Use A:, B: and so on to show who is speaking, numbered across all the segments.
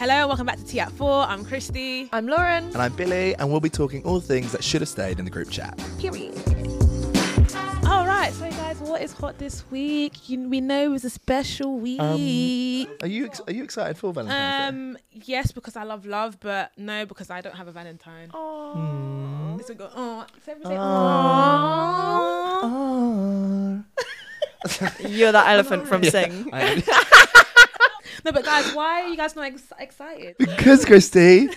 A: Hello, welcome back to Tea at Four. I'm Christy.
B: I'm Lauren.
C: And I'm Billy, and we'll be talking all things that should have stayed in the group chat.
B: Period.
A: All right, so guys, what is hot this week? You, we know it was a special week.
C: Are you ex- are you excited for
A: Um,
C: Valentine's Day?
A: yes, because I love love, but no, because I don't have a Valentine. Oh, this will go. Oh, so everyone say, "Aw."
B: You're that elephant from Sing.
C: I am-
A: No, but guys, why are you guys not ex- excited?
C: because Christy,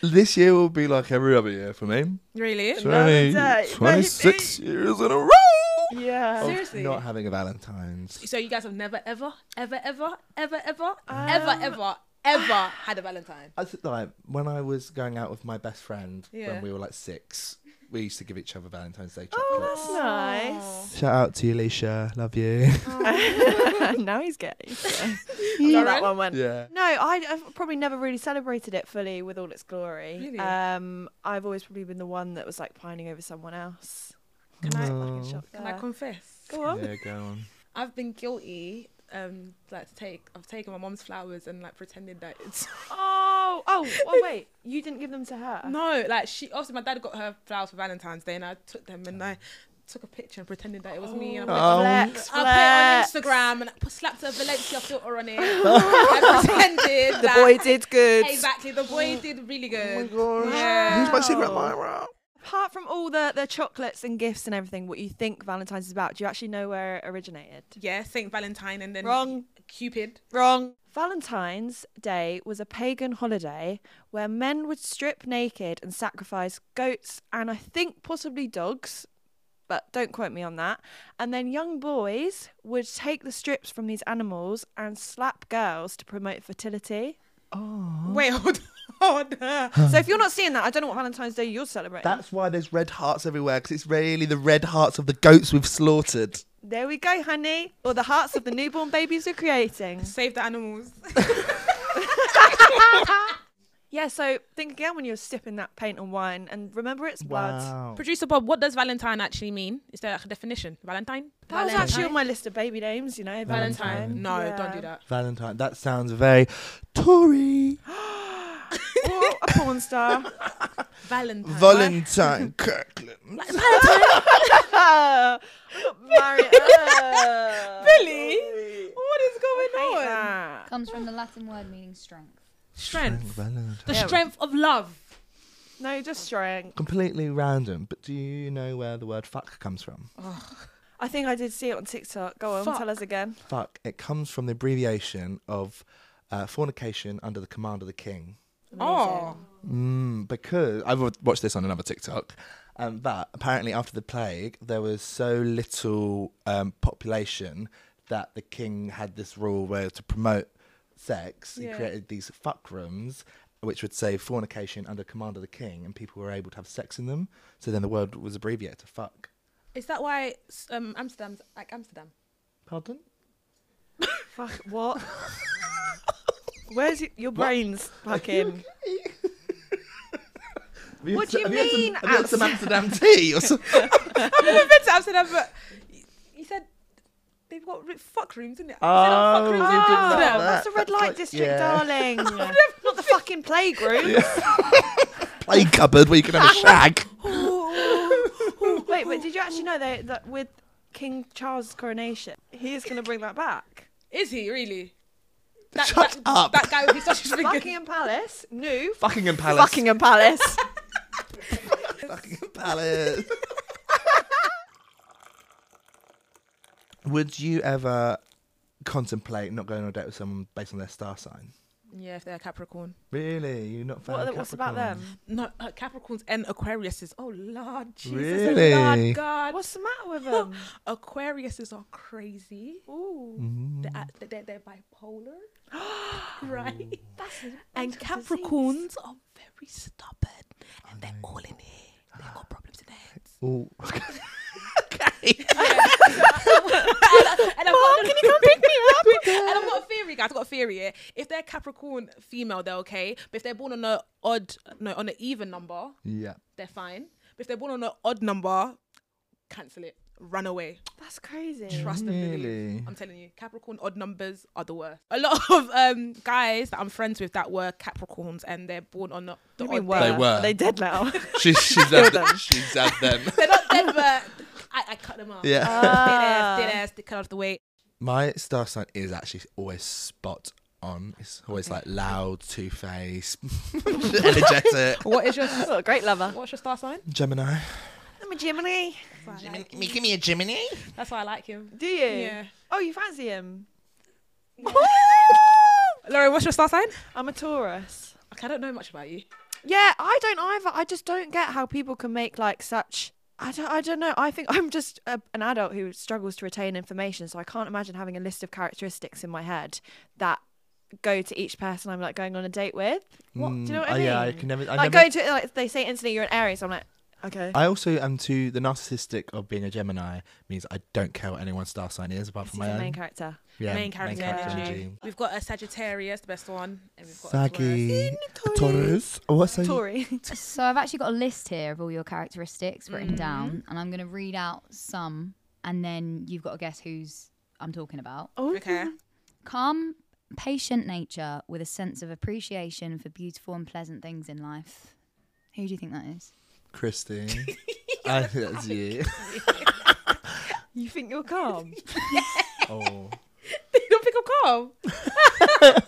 C: this year will be like every other year for me.
A: Really?
C: 20,
B: day,
C: 26 years in a row.
B: Yeah.
C: of
A: Seriously?
C: Not having a Valentine's.
A: So you guys have never, ever, ever, ever, ever, ever, ever, ever, ever had a Valentine.
C: I th- like when I was going out with my best friend
A: Yeah.
C: when we were like six, we used to give each other Valentine's Day chocolates.
B: Nice.
C: Shout out to you, Alicia. Love you.
B: now he's gay. Yeah, that one went.
C: yeah.
B: No, I, I've probably never really celebrated it fully with all its glory.
A: Really?
B: Um, I've always probably been the one that was like pining over someone else.
A: Can I?
B: Fucking shock
A: Can I
B: there.
A: confess?
B: Go on.
C: Yeah, go on.
A: I've been guilty. Um, like to take, I've taken my mom's flowers and like pretended that it's
B: Oh, oh, oh, wait. You didn't give them to her.
A: no, like she. Obviously, my dad got her flowers for Valentine's Day, and I took them and I took a picture and pretended that it was me. And I put,
C: Oh.
B: Flex,
A: I put it
B: flex.
A: on Instagram and I put- slapped a Valencia filter on it. I pretended
B: The
A: that-
B: boy did good. Oh
A: Exactly, the boy did really good.
C: gosh.
A: Yeah.
C: Who's my secret admirer?
B: Apart from all the, the chocolates and gifts and everything, what you think Valentine's is about, do you actually know where it originated?
A: Yeah, Saint Valentine and then
B: Wrong.
A: Cupid.
B: Wrong. Valentine's Day was a pagan holiday where men would strip naked and sacrifice goats and I think possibly dogs, but don't quote me on that. And then young boys would take the strips from these animals and slap girls to promote fertility. Oh.
A: Wait, hold on.
B: so if you're not seeing that, I don't know what Valentine's Day you're celebrating.
C: That's why there's red hearts everywhere, because it's really the red hearts of the goats we've slaughtered.
B: there we go, honey. Or the hearts of the newborn babies we're creating.
A: Save the animals.
B: Yeah, so think again when you're sipping that paint and wine and remember it's blood.
A: Producer Bob, what does Valentine actually mean? Is there like a definition? Valentine?
B: That was actually on my list of baby names, you know. Valentine.
C: Valentine.
A: No,
B: Yeah.
A: don't do that.
C: Valentine. That sounds very Tory.
B: or a porn star.
A: Valentine.
C: Valentine Kirkland.
B: Ah, I got married. Ah.
A: Really? What is
B: Hate
A: going on?
B: that.
D: Comes from the Latin word meaning strength.
A: Strength. The
B: Yeah.
A: strength of love.
B: No, just strength.
C: Completely random, but do you know where the word fuck comes from?
B: I think I did see it on TikTok. Go on, tell us again.
C: Fuck. It comes from the abbreviation of uh, fornication under the command of the king.
A: Oh.
C: Mm, because I've wa- watched this on another TikTok. Um, that apparently after the plague, there was so little um, population that the king had this rule where to promote sex, he
A: Yeah.
C: created these fuck rooms, which would say fornication under command of the king, and people were able to have sex in them. So then the word was abbreviated to fuck.
A: Is that why s- um, Amsterdam's like Amsterdam?
C: Pardon?
B: Fuck what? Where's your, your brains fucking?
C: Have had
B: What do you
C: have had
B: mean,
C: Some, have you had some Amsterdam tea or something?
A: I've never been to Amsterdam, but y- you said they've got ri- fuck rooms, isn't it? Amsterdam fuck
C: Oh,
A: rooms
C: they
A: in
C: did
B: Oh,
A: Amsterdam.
B: that's the red
C: That's
B: light
C: like-
B: district,
C: yeah.
B: darling. Not the fucking playground.
C: Play cupboard where you can have a shag.
B: Wait, but did you actually know they, that with King Charles' coronation, he is going to bring that back?
A: Is he really? That,
C: Shut
A: that,
C: up.
A: That guy with his sausage fingers.
B: Buckingham Palace, new.
C: Buckingham Palace.
B: Buckingham Palace.
C: Buckingham Palace. Would you ever contemplate not going on a date with someone based on their star sign?
A: Yeah, if they're a Capricorn.
C: Really? You're not fan
B: What,
C: of
B: what's about them?
C: Capricorns?
A: No, uh, Capricorns and Aquariuses. Oh, Lord Jesus.
C: Really?
A: Lord God.
B: What's the matter with them?
A: Aquariuses are crazy.
B: Ooh,
C: Mm.
A: They're, at- they're, they're bipolar. right?
B: that's a
A: And
B: mental disease.
A: Capricorns are very stubborn. And they're all in here. They've got problems in their heads.
C: Ooh.
A: Okay. and, I, Mom, can you come pick me up? and I've got a theory, guys. I've got a theory. yeah. If they're Capricorn female, they're okay. But if they're born on a odd, no, on an even number,
C: yeah.
A: they're fine. But if they're born on an odd number, cancel it. Run away.
B: That's crazy.
A: Trust and
C: Really?
A: believe. I'm telling you, Capricorn odd numbers are the worst. A lot of um, guys that I'm friends with that were Capricorns and they're born on the, the
B: You mean
A: odd
B: were?
A: day.
C: They were.
B: They dead now.
C: She's she's at them. She's at them.
A: They're not them, but I, I cut them off.
C: Yeah.
B: Ah.
A: Dead ass, dead ass, they cut off the weight.
C: My star sign is actually always spot on. It's always like loud, two faced, energetic.
A: What is your
B: Oh, great lover.
A: what's your star sign?
C: Gemini.
B: I'm a Gemini.
A: That's why I like,
C: give me a Gemini.
A: that's why I like him.
B: Do you?
A: Yeah.
B: Oh, you fancy him?
A: Lauren, what's your star sign?
B: I'm a Taurus.
A: Okay, I don't know much about you.
B: Yeah, I don't either. I just don't get how people can make like such. I don't, I don't know. I think I'm just a, an adult who struggles to retain information, so I can't imagine having a list of characteristics in my head that go to each person I'm like going on a date with. What do you know what I mean?
C: Mm, oh, yeah, I can never. I,
B: like
C: never
B: going to like they say instantly you're an Aries. I'm like, okay.
C: I also am too. The narcissistic of being a Gemini means I don't care what anyone's star sign is, apart
B: This
C: from my
B: is the
C: own.
B: main character.
C: yeah,
A: main character energy.
C: energy.
A: We've got a Sagittarius, the best one, and we've got a
C: Saggy. Taurus. Oh, What's that?
B: Tory.
D: So I've actually got a list here of all your characteristics written down, and I'm going to read out some, and then you've got to guess who's I'm talking about.
B: Oh,
A: Taurus. Okay.
D: Calm, patient nature with a sense of appreciation for beautiful and pleasant things in life. Who do you think that is?
C: Christy. I think that's you.
B: You think you're calm?
C: Oh.
A: you don't think I'm calm,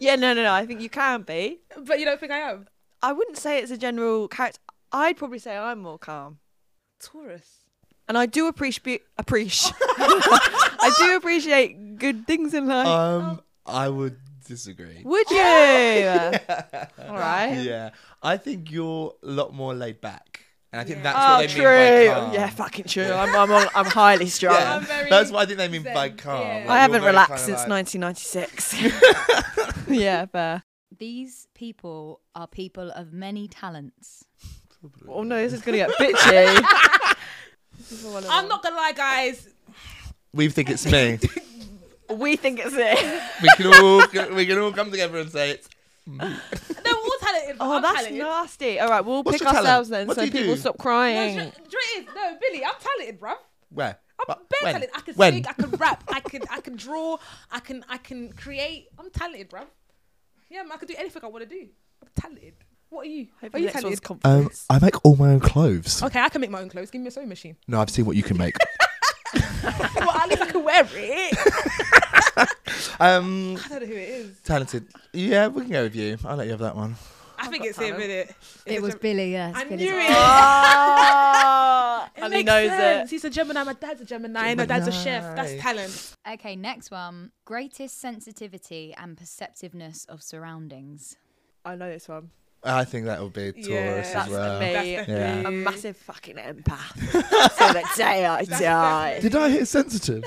B: yeah, no, no, no. I think you can be.
A: but you don't think I am.
B: I wouldn't say it's a general character. I'd probably say I'm more calm.
A: Taurus.
B: And I do appreciate appreciate. I do appreciate good things in life.
C: Um, I would disagree.
B: Would you? All right.
C: Yeah, I think you're a lot more laid back, and I think that's
B: Oh,
C: what they
B: true.
C: mean by calm.
B: Yeah, fucking true. I'm I'm, on, I'm highly strong.
C: Yeah,
A: I'm very
C: that's what I think they mean by
A: zen,
C: calm.
A: yeah.
C: Like,
B: I
C: you're
B: haven't
C: very
B: relaxed
C: kinda
B: since
C: like-
B: 1996. yeah, fair.
D: These people are people of many talents.
B: Oh no, this is gonna get bitchy.
A: I'm not gonna lie, guys.
C: We think it's me.
B: we think it's it.
C: we can all we can all come together and say it's.
A: They're all talented. but
B: Oh,
A: I'm
B: that's
A: talented.
B: nasty. All right, we'll
C: What's
B: pick
C: your talent?
B: ourselves then,
C: What
B: so
C: do you
B: people
C: do?
B: stop
A: No,
B: crying.
A: do you- do you know what it is? no, Billy, I'm talented, bruv.
C: Where?
A: I'm
C: But
A: bare
C: when?
A: talented. I can
C: when?
A: sing, I can rap, I can I can draw, I can I can create. I'm talented, bruv. Yeah, man, I can do anything I want to do. I'm talented. What are you?
B: Hope
A: Are
B: the
A: you
B: next one's
A: talented?
C: Um,
B: confidence.
C: I make all my own clothes.
A: Okay, I can make my own clothes. Give me a sewing machine.
C: No, I've seen what you can make.
A: well, at least I can wear it.
C: um,
A: I don't know who it is.
C: talented. Yeah, we can go with you. I'll let you have that one.
A: I think it's him, isn't it?
D: It was Billy, yes.
A: I
D: Billy's
A: knew
C: Um,
D: right.
A: it.
B: Ah, and he knows
A: sense.
B: it.
A: He's a Gemini. My dad's a Gemini. My dad's a chef. That's
C: Gemini.
A: talent.
D: Okay, next one. Greatest sensitivity and perceptiveness of surroundings.
B: I know this one.
C: I think that will be Taurus
A: Yeah,
C: as
B: That's
C: well.
B: me.
C: Yeah.
B: A massive fucking empath. so the day I die.
C: Did I hit sensitive?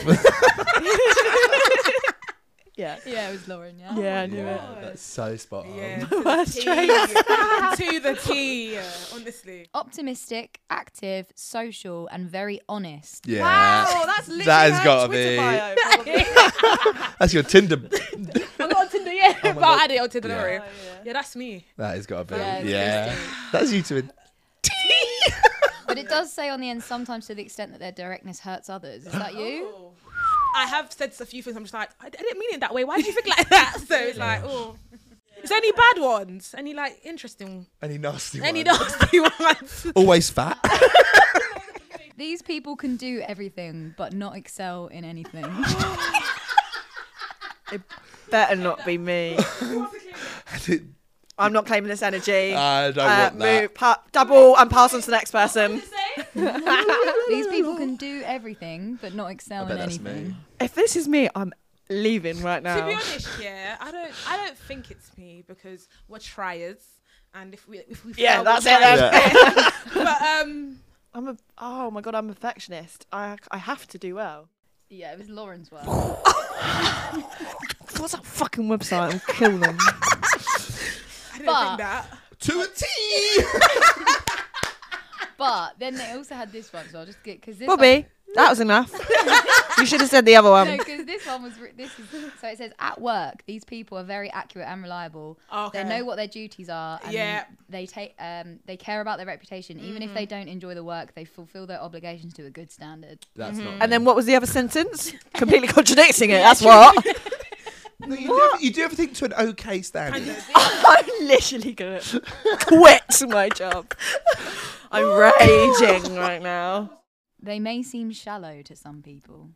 B: Yeah.
D: Yeah, it was Lauren,
B: Yeah, I knew it.
C: that's so spot on.
A: Yeah, to the
B: Worst
A: T.
B: trait.
A: to the T. yeah, Honestly,
D: Optimistic, active, social, and very honest.
C: Yeah.
B: Wow, that's literally
C: That has
B: her
C: gotta
B: Twitter
C: be-
B: bio, probably.
C: That's your Tinder.
A: I'm not on Tinder yet, but I had it on Tinder.
C: Oh Yeah.
A: Don't worry.
B: Oh, yeah.
A: Yeah, that's me.
C: That has got to be.
D: Yeah,
C: Yeah.
D: it's
C: That's you to a T.
D: But it does say on the end sometimes to the extent that their directness hurts others. Is that you?
A: I have said a few things. I'm just like, I, I didn't mean it that way. Why do you think like that? So it's like, oh. Is there any bad ones? Any like interesting?
C: Any nasty
A: Any
C: one.
A: nasty ones?
C: Always fat.
D: These people can do everything but not excel in anything.
B: It better not be me. I'm not claiming this energy.
C: I don't
B: Uh,
C: want that.
B: move, pa- double and pass on to the next person.
D: These people can do everything but not
C: I
D: excel
C: bet
D: in
C: that's
D: anything.
C: me.
B: If this is me, I'm leaving right now.
A: To be honest, yeah, I don't, I don't think it's me because we're triers, and if we, if we,
B: Yeah,
A: fail,
B: that's
A: we're
B: it then.
A: triers. but um,
B: I'm a oh my god, I'm a perfectionist. I I have to do well.
D: Yeah, it was Lauren's work.
B: What's that fucking website? I'll kill them.
A: I didn't
D: But-
A: think that.
C: To a T.
D: but then they also had this one, so I'll just get because this one-
B: Bobby, that was enough. you should have said the other
D: No,
A: Um,
B: one.
D: because this one was re- this is so it says at work these people are very accurate and reliable.
A: Okay.
D: They know what their duties are. And
A: Yeah. Mm-hmm.
D: They take um they care about their reputation even if they don't enjoy the work they fulfill their obligations to a good standard.
C: That's not.
B: And then what was the other sentence? Completely contradicting it. That's what.
C: No, you, do ever, you do ever think to an okay standard?
B: I'm literally gonna quit my job. I'm raging right now,
D: They may seem shallow to some people.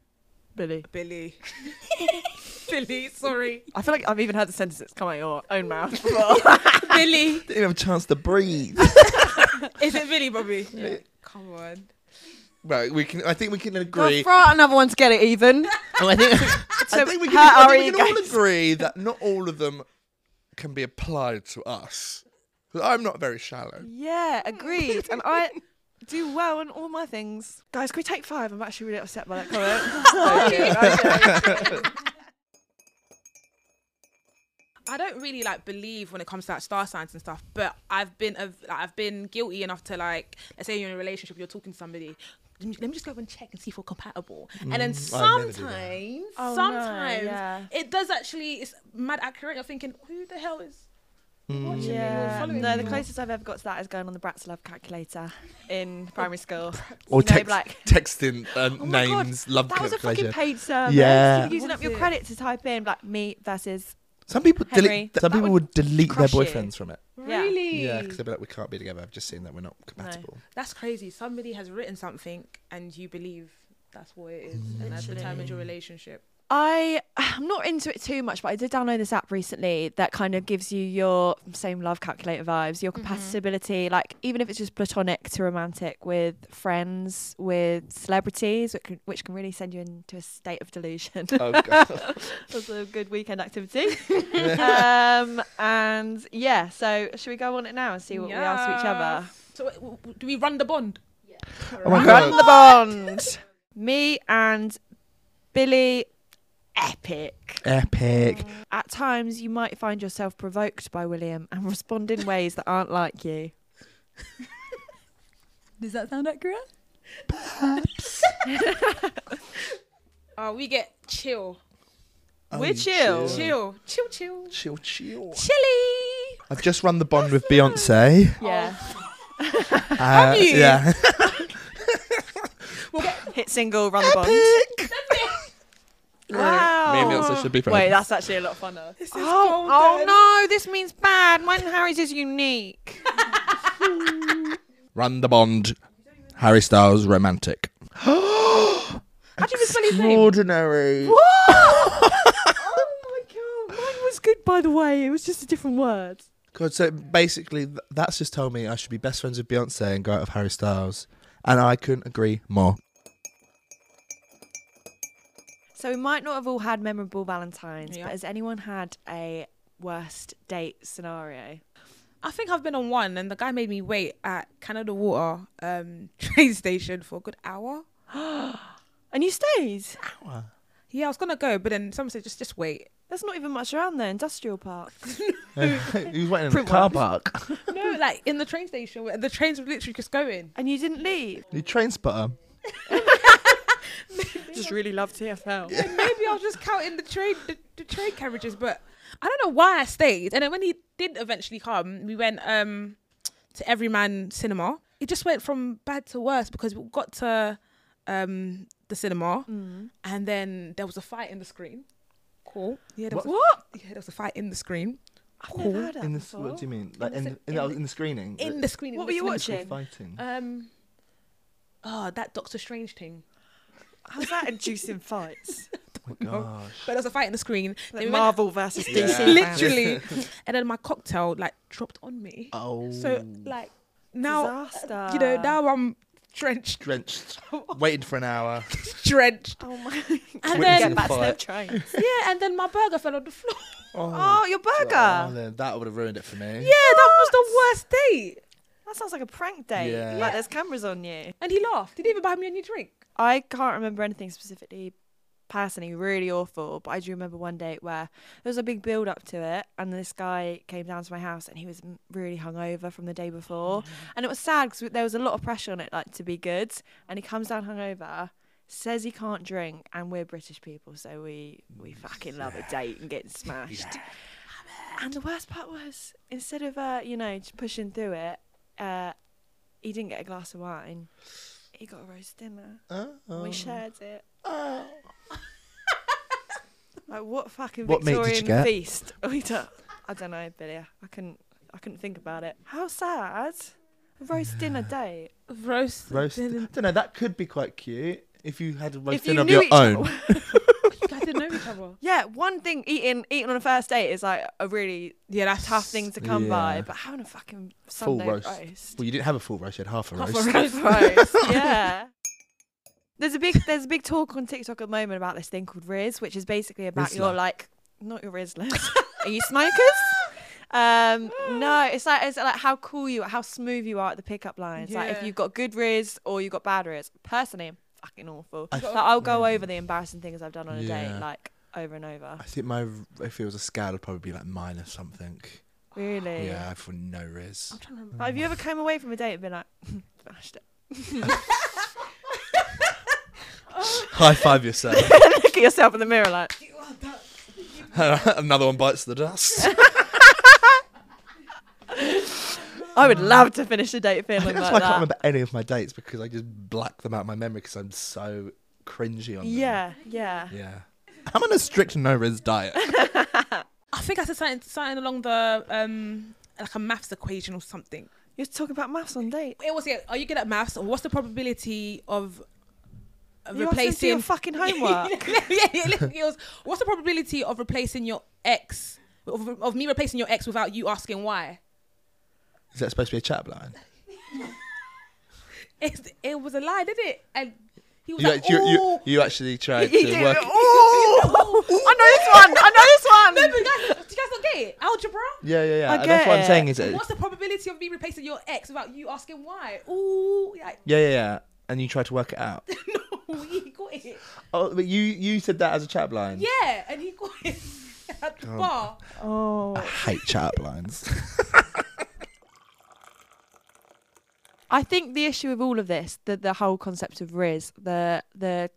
B: Billy.
A: Billy, Billy, sorry,
B: I feel like I've even heard the sentence that's come out your own mouth.
A: Billy,
C: Didn't even have a chance to breathe.
A: is it Billy, Bobby? Come on.
C: right, we can. I think we can agree.
B: Go throw out another one to get it even.
C: I think, I
B: So
C: think we
B: hurt
C: can, I
B: our
C: think we can all
B: egos.
C: agree that not all of them can be applied to us. 'Cause I'm not very shallow.
B: Yeah, agreed. and I do well on all my things. Guys, can we take five? I'm actually really upset by that comment. Okay, okay.
A: I don't really like believe when it comes to like star signs and stuff, but I've been av- like, I've been guilty enough to like, let's say you're in a relationship, you're talking to somebody. Let me, let me just go and check and see if we're compatible. and then
C: I'd Mm, never do that.
A: sometimes,
B: Oh, no,
A: sometimes
B: yeah.
A: it does actually. It's mad accurate. You're thinking, who the hell is watching me or
B: yeah.
A: following
B: No,
A: me?
B: the closest I've ever got to that is going on the Bratz Love calculator in primary school.
C: Or
B: You know,
C: text,
B: like-
C: texting um,
B: Oh my God,
C: names, love
B: That was a fucking
C: calculation.
B: paid service.
C: Yeah.
B: You were using up your credit to type in like me versus.
C: Some people
B: Henry,
C: delete.
B: that
C: Some people
B: would
C: would delete their
B: crush you.
C: boyfriends from it.
B: Yeah.
A: Really?
C: Yeah, because they'd be like, we can't be together. I've just seen that we're not compatible.
A: That's crazy. Somebody has written something and you believe that's what it is, and that's determined your relationship.
B: I I'm not into it too much, but I did download this app recently that kind of gives you your same love calculator vibes, your compatibility, like even if it's just platonic to romantic with friends, with celebrities, which can, which can really send you into a state of delusion.
C: Oh god.
B: also a good weekend activity. um, and yeah, so should we go on it now and see what we ask each other?
A: So, w- w- do we run the bond?
C: oh my
B: Run
C: god.
B: the bond. Me and Billy, epic.
C: Epic.
B: At times, you might find yourself provoked by William and respond in ways that aren't like you.
D: Does that sound accurate?
A: Oh, we get chill,
B: We're chill.
A: chill, chill, chill.
C: Chill, chill.
A: Chili.
C: I've just run the bond with Beyonce.
B: Yeah.
C: Uh, Have
A: you?
C: Yeah.
B: Hit single, run the bond. Wow.
C: Me and Beyonce should be friends.
B: Wait, that's actually a lot funner.
A: Oh,
B: no, this means bad. Mine and Harry's is unique.
C: Run the bond. Harry Styles, romantic.
A: How do you spell his name?
C: Extraordinary.
B: oh my god, mine was good by the way. It was just a different word.
C: God, so basically, th- that's just told me I should be best friends with Beyonce and go out with Harry Styles. And I couldn't agree more.
B: So we might not have all had memorable Valentines,
A: Yeah.
B: but has anyone had a worst date scenario?
A: I think I've been on one, and the guy made me wait at Canada Water um, train station for a good hour.
B: And you stayed.
A: Yeah, I was gonna go, but then someone said just just wait.
B: There's not even much around there. Industrial park.
C: he was waiting in the car park.
A: No, like in the train station, where the trains were literally just going.
B: And you didn't leave.
C: You train spotter.
B: Just really love TFL.
A: And maybe I was just counting the train the, the train carriages, but I don't know why I stayed. And then when he did eventually come, we went um to Everyman Cinema. It just went from bad to worse because we got to um the cinema
B: Mm.
A: and then there was a fight in the screen. Cool. Yeah, there was
B: What?
A: A, yeah, there was a fight in the screen.
B: I've never heard that
C: In the,
B: before.
C: what do you mean? Like
A: the
C: in,
A: se-
C: the, in, the, in the screening?
A: In the screen. in
B: What
A: the
B: were you
A: cinema.
C: Actual Fighting.
B: watching?
A: Um Oh, that Doctor Strange thing.
B: How's that inducing fights?
C: oh my gosh.
A: But there was a fight in the screen. Then we went-
B: Marvel versus
C: Yeah.
B: DC.
A: literally. and then my cocktail like dropped on me.
C: Oh.
A: So like now,
B: Disaster.
A: you know, now I'm drenched,
C: drenched, waiting for an hour.
A: drenched.
B: Oh my! And
A: And
C: then-
B: get back to
C: Fire.
B: them trains.
A: Yeah, and then my burger fell on the floor.
B: Oh, your burger.
C: darling, that would have ruined it for me.
A: Yeah, that was the worst date.
B: That sounds like a prank date.
C: Yeah.
B: Like there's cameras on you.
A: And he laughed. He didn't even buy me a new drink.
B: I can't remember anything specifically personally really awful, but I do remember one date where there was a big build up to it, and this guy came down to my house and he was m- really hungover from the day before, and it was sad because there was a lot of pressure on it, like to be good, and he comes down hungover. Says he can't drink, and we're British people, so we we fucking love a date and getting smashed. And the worst part was, instead of uh, you know just pushing through it, uh, he didn't get a glass of wine. He got a roast dinner. and
C: Um,
B: We shared it. like what fucking
C: What meat did you
B: Victorian
C: get?
B: feast? Are we do- I don't know, Billy. I couldn't. I couldn't think about it. How sad. A roast dinner date.
A: Roast.
C: Roast. I
A: dinner.
C: don't know. That could be quite cute if you had a
B: If
C: roasting
B: you
C: of
B: knew
C: your
B: each
C: own.
B: other-
A: You guys didn't know each other.
B: yeah, one thing eating eating on a first date is like a really
A: Yeah, that's
B: tough thing to come by,
C: Yeah.
B: but having a fucking
C: Full
B: Sunday
C: roast.
B: roast.
C: Well, you didn't have a full roast. You had half a
A: Half a
C: roast.
A: roast.
B: Gross. yeah. There's a big there's a big talk on TikTok at the moment about this thing called Riz, which is basically about your
C: Rizla.
B: like not your Rizlers. are you smokers? Um, no, it's like it's like how cool you are, how smooth you are at the pickup lines. Like if
A: Yeah.
B: you've got good Riz or you've got bad Riz. Personally, I'm fucking awful.
C: I- Mm.
B: Like, I'll go over the embarrassing things I've done on a
C: Yeah.
B: date, like over and over.
C: I think my if it was a scale, it'd probably be like minus something.
B: Really?
C: Yeah, for no riz.
A: I'm trying to remember.
B: Like, have you ever come away from a date and been like, smashed it?
C: High five yourself.
B: Look at yourself in the mirror like
C: Another one bites the dust.
B: I would love to finish a date
C: I
B: feeling
C: think that's
B: like
C: why I
B: that.
C: can't remember any of my dates because I just black them out of my memory because I'm so cringy on them.
B: Yeah, yeah.
C: Yeah. I'm on a strict no riz diet.
A: I think I said something, something along the um like a maths equation or something.
B: You're talking about maths on date.
A: It was yeah. Are you good at maths? Or what's the probability of uh,
B: You asked them to do your
A: replacing?
B: fucking homework.
A: yeah, yeah, yeah, listen, it was, what's the probability of replacing your ex? Of, of me replacing your ex without you asking why?
C: Is that supposed to be a chat line?
A: It, it was a lie, did it? And he was
C: You,
A: like,
C: act- you, you,
A: "Ooh."
C: you actually tried
B: You
C: to
B: did-
C: work.
B: Ooh! I know this one. I know
A: Remember,
B: this
A: you
B: one.
A: guys, do you guys not get it? Algebra?
C: Yeah, yeah, yeah.
B: I
C: And that's what
B: get
C: I'm saying
B: it.
C: is it.
A: What's the probability of me replacing your ex without you asking why? Ooh, like,
C: Yeah, yeah, yeah. And you tried to work it out.
A: no, he got it.
C: oh, but you you said that as a chat line.
A: Yeah, and he got it at the bar.
C: I
B: Oh.
C: hate chat lines.
B: I think the issue with all of this, the the whole concept of Riz, the the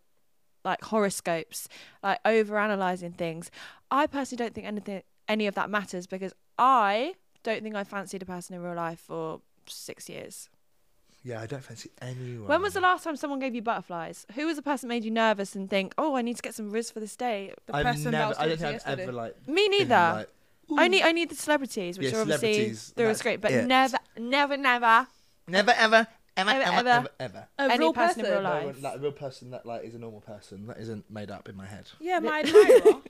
B: like horoscopes, like over analysing things. I personally don't think anything any of that matters because I don't think I fancied a person in real life for six years.
C: yeah, I don't fancy anyone.
B: When was the last time someone gave you butterflies? Who was the person that made you nervous and think, oh, I need to get some Riz for this date?
A: The
C: I've
A: person
C: never,
A: that
C: I
A: I was talking to
C: don't think I've
A: yesterday.
C: ever like.
B: Me
C: been
B: neither.
C: like,
B: Only only the celebrities, which
C: Yeah,
B: are obviously
C: celebrities,
B: they're
C: that's
B: great, but
C: it.
B: never, never, never
C: never, ever, ever,
B: Ever,
C: ever,
B: ever.
C: ever, ever. ever.
A: A
B: any
A: real
B: person, in real
A: person.
C: No
B: life.
C: one, like a real person that like is a normal person that isn't made up in my head.
A: Yeah, my admirer.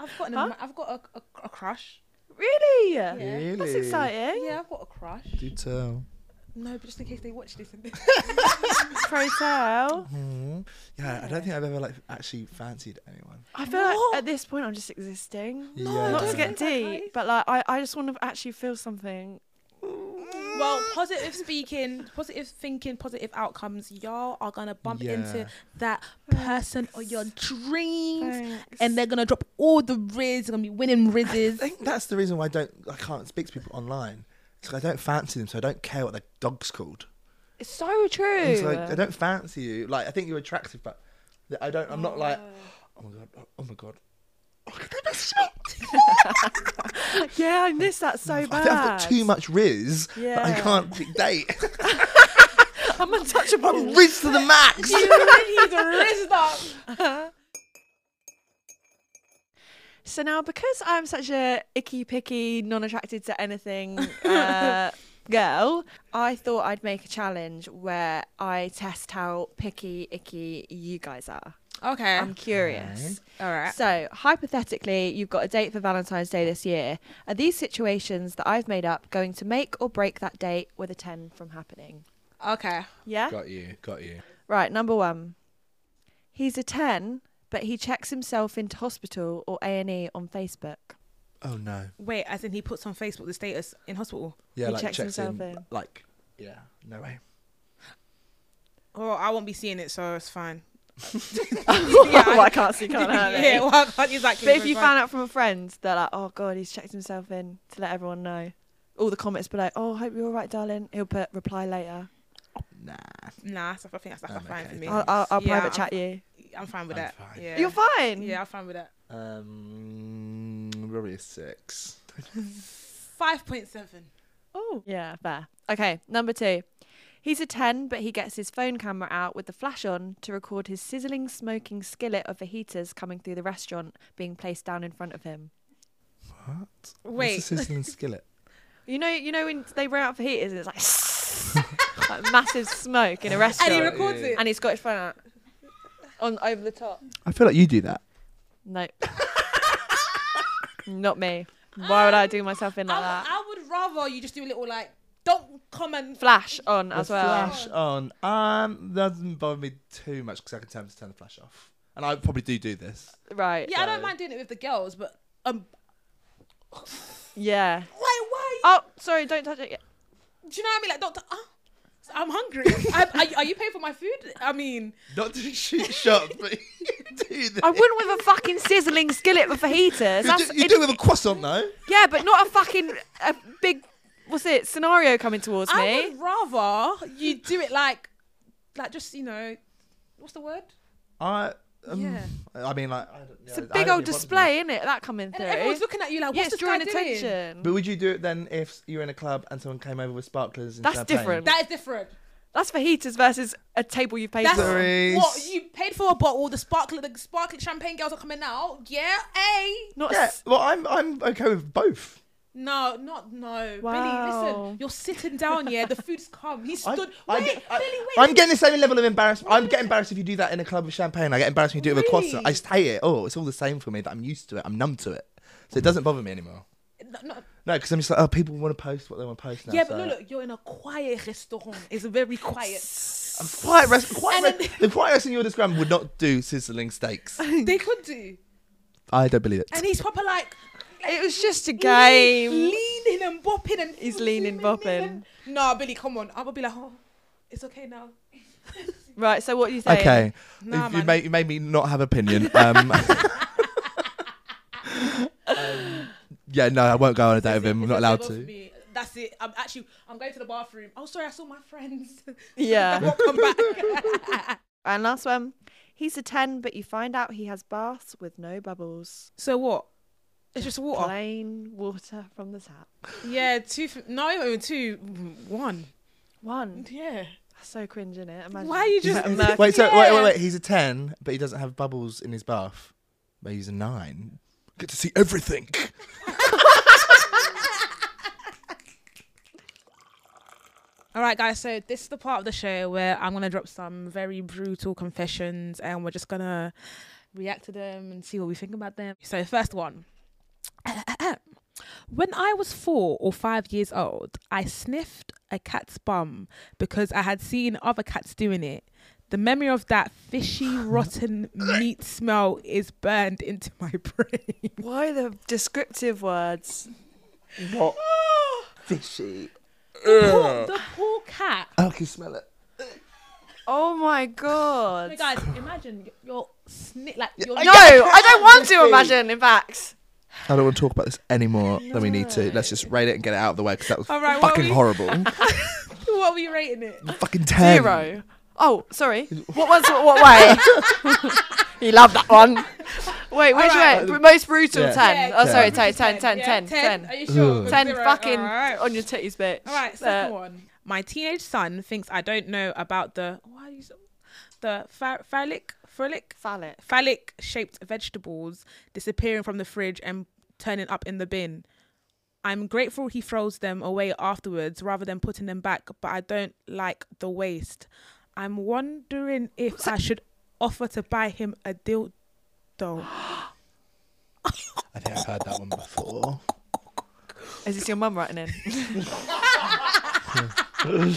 A: I've got an,
B: Huh?
A: admi- I've got a, a, a crush.
B: Really?
A: Yeah.
C: Really?
B: That's exciting.
A: Oh, Yeah, I've got a crush.
C: Do tell.
A: No, but just in case they watch this. And
B: Pro tell.
C: Mhm. Yeah, I don't think I've ever like actually fancied anyone.
B: I feel
A: What?
B: like at this point I'm just existing.
C: No, Yeah.
B: Not to
C: don't
B: get
A: think that,
B: deep,
A: guys.
B: but like I, I just want to actually feel something.
A: well, positive speaking, positive thinking, positive outcomes. Y'all are gonna bump
C: Yeah.
A: into that person or your dreams,
B: Thanks.
A: and they're gonna drop all the riz. They're gonna be winning rizzes.
C: I think that's the reason why I don't I can't speak to people online. It's like I don't fancy them, so I don't care what their dog's called.
B: it's so true.
C: It's like I don't fancy you. Like I think you're attractive, but th- I don't. I'm not like. Oh my god. Oh my god. Oh, could they message me?
B: yeah, I miss that so
C: I
B: bad.
C: think I've got too much riz. That I
B: Yeah.
C: can't d- date.
B: I'm untouchable.
C: I'm riz to the max.
A: He's rizzed up.
B: So now, because I'm such a icky picky, non attracted to anything uh, girl, I thought I'd make a challenge where I test how picky icky you guys are.
A: Okay.
B: I'm curious.
A: all right.
B: So hypothetically, you've got a date for Valentine's Day this year. Are these situations that I've made up going to make or break that date with a ten from happening?
A: Okay.
B: Yeah?
C: Got you, got you.
B: Right, number one. He's a 10, but he checks himself into hospital or A&E on Facebook.
C: Oh no.
A: Wait, as in he puts on Facebook the status in hospital.
C: Yeah,
B: He
C: like
B: checks
C: checks,
B: himself
C: in,
B: in.
C: Like, yeah, no way.
A: Oh, I won't be seeing it, so it's fine.
B: well, I can't see, can't hurt me.
A: yeah, well, I can't use that.
B: But if you found out from a friend, they're like, oh god, he's checked himself in to let everyone know. All the comments below, oh, hope you're all right, darling. He'll put reply later.
C: Nah.
A: nah, that's- I think that's, that's
C: Um,
A: fine
C: okay,
A: for me.
B: I'll, I'll, I'll
A: Yeah,
B: private
A: I'm-
B: chat you.
A: I'm fine with
C: I'm
A: that.
C: fine.
A: Yeah.
B: You're fine.
A: Yeah, I'm fine with that.
C: Um, probably a six.
A: Five point seven.
B: Oh. Yeah, fair. Okay, number two. He's a 10, but he gets his phone camera out with the flash on to record his sizzling, smoking skillet of fajitas coming through the restaurant being placed down in front of him.
C: What?
A: Wait.
C: What's a sizzling skillet?
B: You know, you know when they bring out fajitas and it's like, like massive smoke in a restaurant.
A: And he records
C: yeah.
A: it.
B: and he's got his phone out on over the top.
C: I feel like you do that.
B: No. Not me. Why would I do myself in like
A: I,
B: that?
A: would- I would rather you just do a little like, don't come and
B: Flash on
C: The
B: as well.
C: flash on. Um, that doesn't bother me too much because I can tend to turn the flash off. And I probably do do this.
B: Right.
A: yeah, I don't mind doing it with the girls, but um,
B: Yeah.
A: why, why?
B: Oh, sorry, don't touch it. yet.
A: do you know what I mean? Like, don't. t- ah, I'm hungry. I, are, you- are you paying for my food? I mean,
C: Not to shoot shots, but you do this.
B: I wouldn't with a fucking sizzling skillet with
C: You,
B: fajitas. That's,
C: do, you
B: it-
C: do with a croissant though.
B: yeah, but not a fucking a big, what's it, scenario coming towards
A: I
B: me.
A: would rather you do it like, like just you know, what's the word?
C: I. Um,
A: Yeah.
C: I mean, like. I don't,
B: It's a big old display, is it? That coming
A: And
B: through.
A: everyone's looking at you like,
B: yeah,
A: what's this
B: it's drawing
A: guy doing?
B: attention.
C: But would you do it then if you're in a club and someone came over with sparklers? And
B: That's
C: champagne?
B: different.
A: That is different.
B: That's fajitas versus a table you've paid
A: That's
B: for.
C: Sorry.
A: what you paid for a bottle. The sparkling, the sparkling champagne girls are coming out. Yeah, hey.
B: Not
C: Yeah.
B: s-
C: Well, I'm I'm okay with both.
A: No, not no. Billy,
B: Wow.
A: listen. You're sitting down. Yeah, the food's come. He
C: I-
A: stood.
C: I-
A: wait,
C: I-
A: Billy, wait.
C: I'm getting the same level of embarrassment. I'm getting embarrassed if you do that in a club of champagne. I get embarrassed when you do it with a croissant. I
A: Really?
C: just hate it. Oh, it's all the same for me. That I'm used to it. I'm numb to it. So it doesn't bother me anymore.
A: No, no.
C: No, because I'm just like, oh, people want to post what they want to post now.
A: yeah, but
C: so-
A: no, look, you're in a quiet restaurant. It's very quiet.
C: I'm quiet rest, quiet
A: And
C: rest, the quiet restaurant you were describing would not do sizzling steaks.
A: they could do.
C: I don't believe it.
A: And he's proper like, like
B: It was just a
A: lean-
B: game.
A: leaning and bopping, and
B: He's leaning, bopping.
A: No, Billy, come on. I would be like, oh, it's okay now.
B: Right, so what do you think?
C: Okay,
A: Nah,
C: you, you,
A: man.
C: made, you made me not have opinion. Um, um, yeah, no, I won't go on a date with him. I'm
A: It's
C: not
A: a
C: allowed
A: table for
C: to.
A: me. That's it. I'm actually. I'm going to the bathroom. Oh, sorry, I saw my friends. I
B: Yeah.
A: won't come back.
B: and last one. He's a 10, but you find out he has baths with no bubbles.
A: so what? It's just
B: Oh.
A: water.
B: Plain water from the tap.
A: Yeah, two. f- No, not even two. One.
B: One.
A: Yeah.
B: That's so cringe, is it? Imagine.
A: Why are you just?
B: American?
C: Wait, so wait, wait,
A: Yeah.
C: wait. He's a ten, but he doesn't have bubbles in his bath. But he's a nine. Get to see everything.
A: All right, guys. So this is the part of the show where I'm gonna drop some very brutal confessions, and we're just gonna react to them and see what we think about them. So first one. When I was four or five years old, I sniffed a cat's bum because I had seen other cats doing it. The memory of that fishy, rotten meat smell is burned into my brain.
B: Why the descriptive words?
C: Not fishy.
A: the poor cat.
C: I can smell it.
B: Oh my god.
A: Hey guys, imagine you're sni- like you're
B: No, I don't want to imagine, in fact.
C: I don't want to talk about this any more than we need to. Let's just rate it and get it out of the way because that was
A: All right, what
C: fucking
A: we-
C: horrible.
A: What were you rating it?
C: fucking ten.
B: Zero. Oh, sorry. What was what way? you love that one. Wait, which
A: Alright.
B: way? Most brutal
C: Yeah.
B: 10.
A: Yeah,
B: Oh, sorry,
C: ten.
B: 10, 10, 10, 10,
A: Yeah,
B: 10.
A: Are you sure?
C: Ugh.
B: 10
A: Zero.
B: fucking uh,
A: Alright.
B: on your titties, bitch.
A: All right, second one. My teenage son thinks I don't know about the why are you so, the pha- phallic phallic
B: Phallic.
A: phallic shaped vegetables disappearing from the fridge and turning up in the bin. I'm grateful he throws them away afterwards rather than putting them back, but I don't like the waste. I'm wondering if I should offer to buy him a dildo.
C: I think I've heard that one before.
B: Is this your mum writing in? Uh,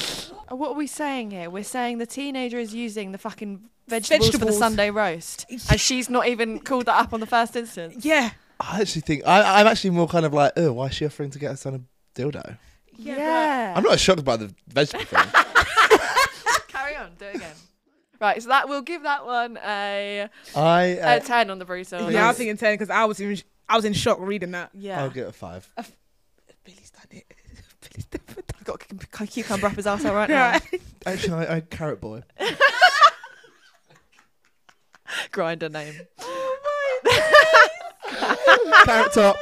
B: What are we saying here? We're saying the teenager is using the fucking vegetables, for the
A: Vegetables.
B: Sunday roast, and she's not even called that up on the first instance.
A: Yeah.
C: I actually think I, I'm actually more kind of like, oh, why is she offering to get her son a dildo?
A: Yeah,
C: I'm not as shocked by the vegetable thing.
B: Carry on, do it again. Right, so that we'll give that one a,
C: I
B: a
C: uh,
B: ten on the Brutal.
A: Yeah, I was thinking ten because I was in I was in shock reading that.
B: Yeah.
C: I'll give it a five.
A: Billy's done it. Billy's done it.
B: I've got a cuc- cucumber up his arsehole right now.
A: Right.
C: Actually, I, I carrot boy.
B: Grinder name.
C: carrot top.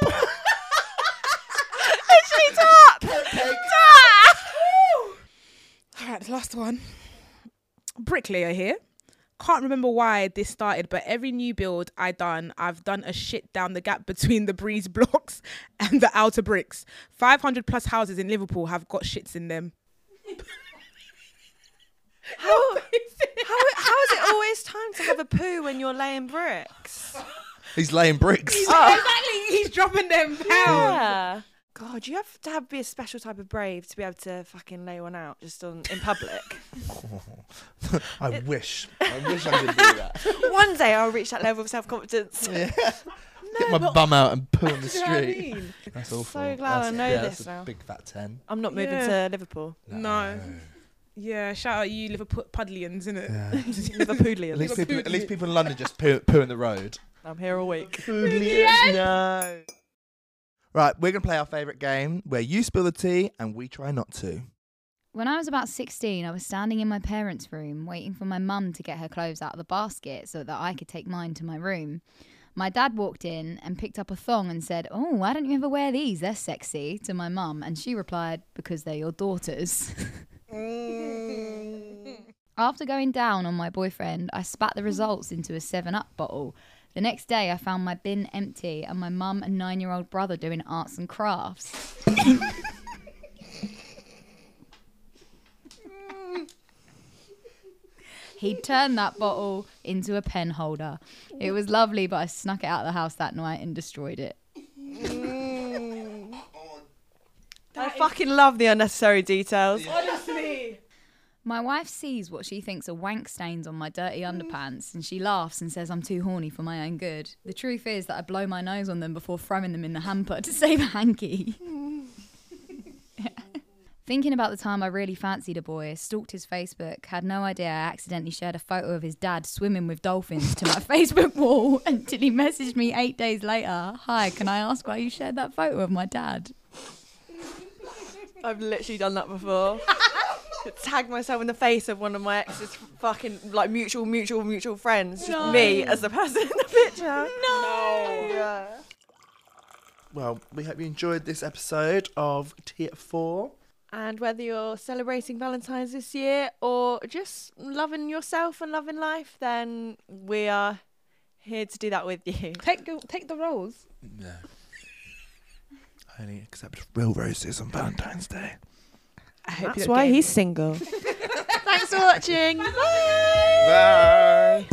A: All right, the last one. Bricklayer here. Can't remember why this started, but every new build I done, I've done a shit down the gap between the breeze blocks and the outer bricks. 500 plus houses in Liverpool have got shits in them.
B: How, how, how is it always time to have a poo when you're laying bricks?
C: He's laying bricks.
A: Exactly, he's dropping them down.
B: Yeah. God, you have to have be a special type of brave to be able to fucking lay one out just on in public.
C: I wish. I wish I could do that.
B: one day I'll reach that level of self confidence.
C: Get my bum out and poo on the
A: Do you know what I
C: street.
A: mean?
C: That's awful.
B: glad
C: That's-
B: I know
C: yeah,
B: this
C: that's a
B: now.
C: Big fat ten.
B: I'm not moving
A: Yeah.
B: to Liverpool.
A: No. Yeah, shout out you Liverpudlians, innit?
C: Yeah.
B: Liverpoolian.
C: At least people, at least people in London just poo, poo in the road.
B: I'm here all week.
C: No. Right, we're gonna play our favourite game where you spill the tea and we try not to.
D: When I was about 16, I was standing in my parents' room waiting for my mum to get her clothes out of the basket so that I could take mine to my room. My dad walked in and picked up a thong and said, Oh, why don't you ever wear these? They're sexy, to my mum. And she replied, Because they're your daughter's. After going down on my boyfriend, I spat the results into a 7 Up bottle. The next day, I found my bin empty and my mum and nine year old brother doing arts and crafts. He turned that bottle into a pen holder. It was lovely, but I snuck it out of the house that night and destroyed it.
B: I fucking love the unnecessary details.
D: My wife sees what she thinks are wank stains on my dirty underpants and she laughs and says I'm too horny for my own good. The truth is that I blow my nose on them before throwing them in the hamper to save a hanky. Thinking about the time I really fancied a boy, stalked his Facebook, had no idea I accidentally shared a photo of his dad swimming with dolphins to my Facebook wall until he messaged me eight days later. Hi, can I ask why you shared that photo of my dad?
B: I've literally done that before. Tagged myself in the face of one of my ex's fucking like mutual, mutual, mutual friends. Just me as the person in the picture. No. Yeah.
C: Well, we hope you enjoyed this episode of Tea at Four.
B: And whether you're celebrating Valentine's this year or just loving yourself and loving life, then we are here to do that with you.
A: Take take the rolls.
C: No. I only accept real roses on Valentine's Day.
A: I hope you
B: That's
A: don't
B: why
A: get
B: he's single. Thanks for watching.
C: Bye.